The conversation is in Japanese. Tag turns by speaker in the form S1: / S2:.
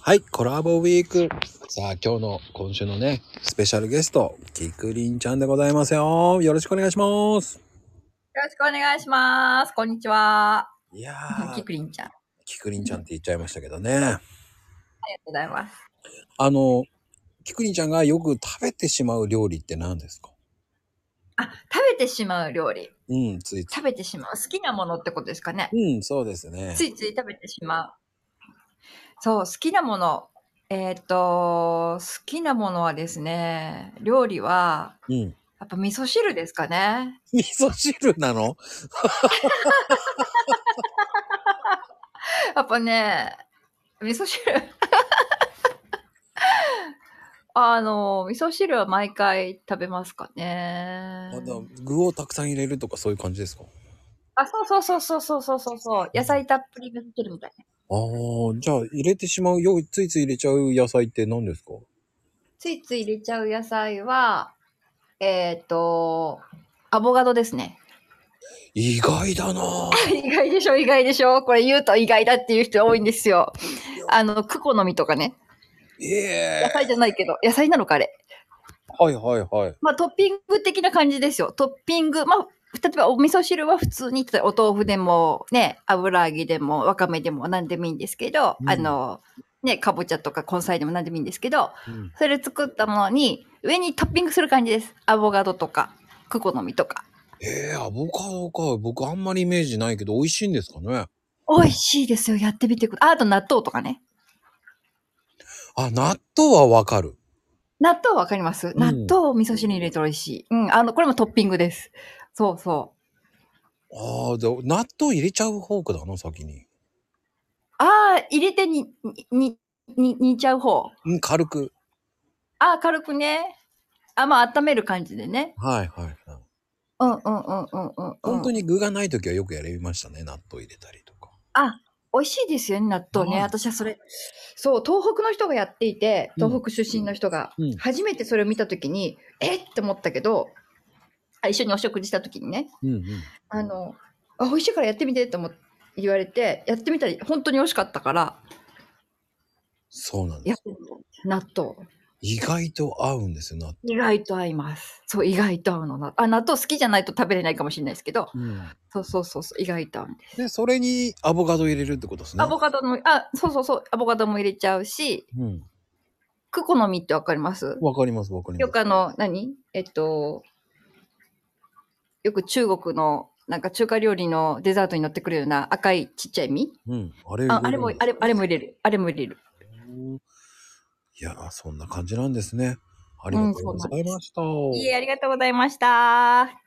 S1: はい、コラボウィーク。さあ、今日の、今週のね、スペシャルゲスト、キクリンちゃんでございますよ。よろしくお願いします。
S2: よろしくお願いします。こんにちは。
S1: いや
S2: き
S1: ー、
S2: くりんちゃん。あ
S1: キクリンちゃんって言っちゃいましたけどね。
S2: りがとうございます。
S1: あの、キクリンちゃんがよく食べてしまう料理って何ですか
S2: あ、食べてしまう料理。
S1: うん、ついつい。
S2: 食べてしまう。好きなものってことですかね。
S1: うん、そうですね。
S2: ついつい食べてしまう。そう、好きなもの。えーっ、と、好きなものはですね、料理は、
S1: うん。
S2: やっぱ味噌汁ですかね。
S1: 味噌汁なの
S2: やっぱね、味噌汁。 あの、味噌汁は毎回食べますかね
S1: あ。の具をたくさん入れるとかそういう感じですか
S2: あ、そうそうそうそうそうそうそうそう。野菜たっぷりのってるみたいな。
S1: ああ、じゃあ入れてしまうよ、ついつい入れちゃう野菜って何ですか
S2: ついつい入れちゃう野菜は、えっ、と、アボカドですね。
S1: 意外だなぁ。
S2: 意外でしょ、意外でしょ。これ言うと意外だっていう人多いんですよ。あの、クコの実とかね。
S1: え
S2: 野
S1: え
S2: 菜じゃないけど、野菜なのかあれ。
S1: はいはいはい。
S2: まあトッピング的な感じですよ。トッピング。まあ、例えばお味噌汁は普通に、例えばお豆腐でも、ね、油揚げでも、わかめでも何でもいいんですけど、
S1: うん
S2: あの、ね、かぼちゃとか根菜でも何でもいいんですけど、
S1: うん
S2: それ作ったものに上にトッピングする感じですアボカドとかクコの実とか
S1: ええアボカドか。僕あんまりイメージないけど、美味しいんですかね。
S2: 美味しいですよやってみてくだああと納豆とかね
S1: あ、納豆はわかる。
S2: 納豆わかります、
S1: ん
S2: 納豆を味噌汁に入れると美味しいうんあのこれもトッピングですそうそう
S1: ああ、で納豆入れちゃうフォークだな、先に。
S2: ああ入れてにににに煮ちゃう方
S1: うん、軽く。
S2: ああ軽くねあまあ温める感じでね
S1: はいはいはい。
S2: うんうんうんうんうん、うん、
S1: 本当に
S2: に
S1: 具がない時はよくやりましたね。納豆入れたりとか。
S2: 美味しいですよね納豆ね、
S1: うん
S2: 私はそれそう東北の人がやっていて
S1: うん
S2: 東北出身の人が、
S1: うん
S2: 初めてそれを見た時に、えっって思ったけどあ一緒にお食事した時にね
S1: うんうん。
S2: あのあ美味しいからやってみてって思っ言われてやってみたら本当に美味しかったから
S1: そうなんで
S2: やっ
S1: す。
S2: 納豆
S1: 意外と合うんですよ、納
S2: 意外と合いますそう意外と合うのなあ納豆好きじゃないと食べれないかもしれないですけど
S1: 豆。
S2: そうそうそうそう意外と合うんです
S1: で、それにアボカド入れるってことですね。
S2: アボカドのあそうそうそうアボカドも入れちゃうし
S1: うん。
S2: クコの実ってわかります
S1: わかります、わかりま
S2: よ
S1: す。
S2: くあの、何えっと、よく中国の、なんか中華料理のデザートに乗ってくるような赤いちっちゃい実
S1: うん。あれ
S2: ああれも、
S1: 入
S2: あ
S1: る
S2: れ、あれも入れる。あれも入れる。
S1: んですねいや、そんな感じなんですね。ありがとうございました。
S2: いえ、ありがとうございました。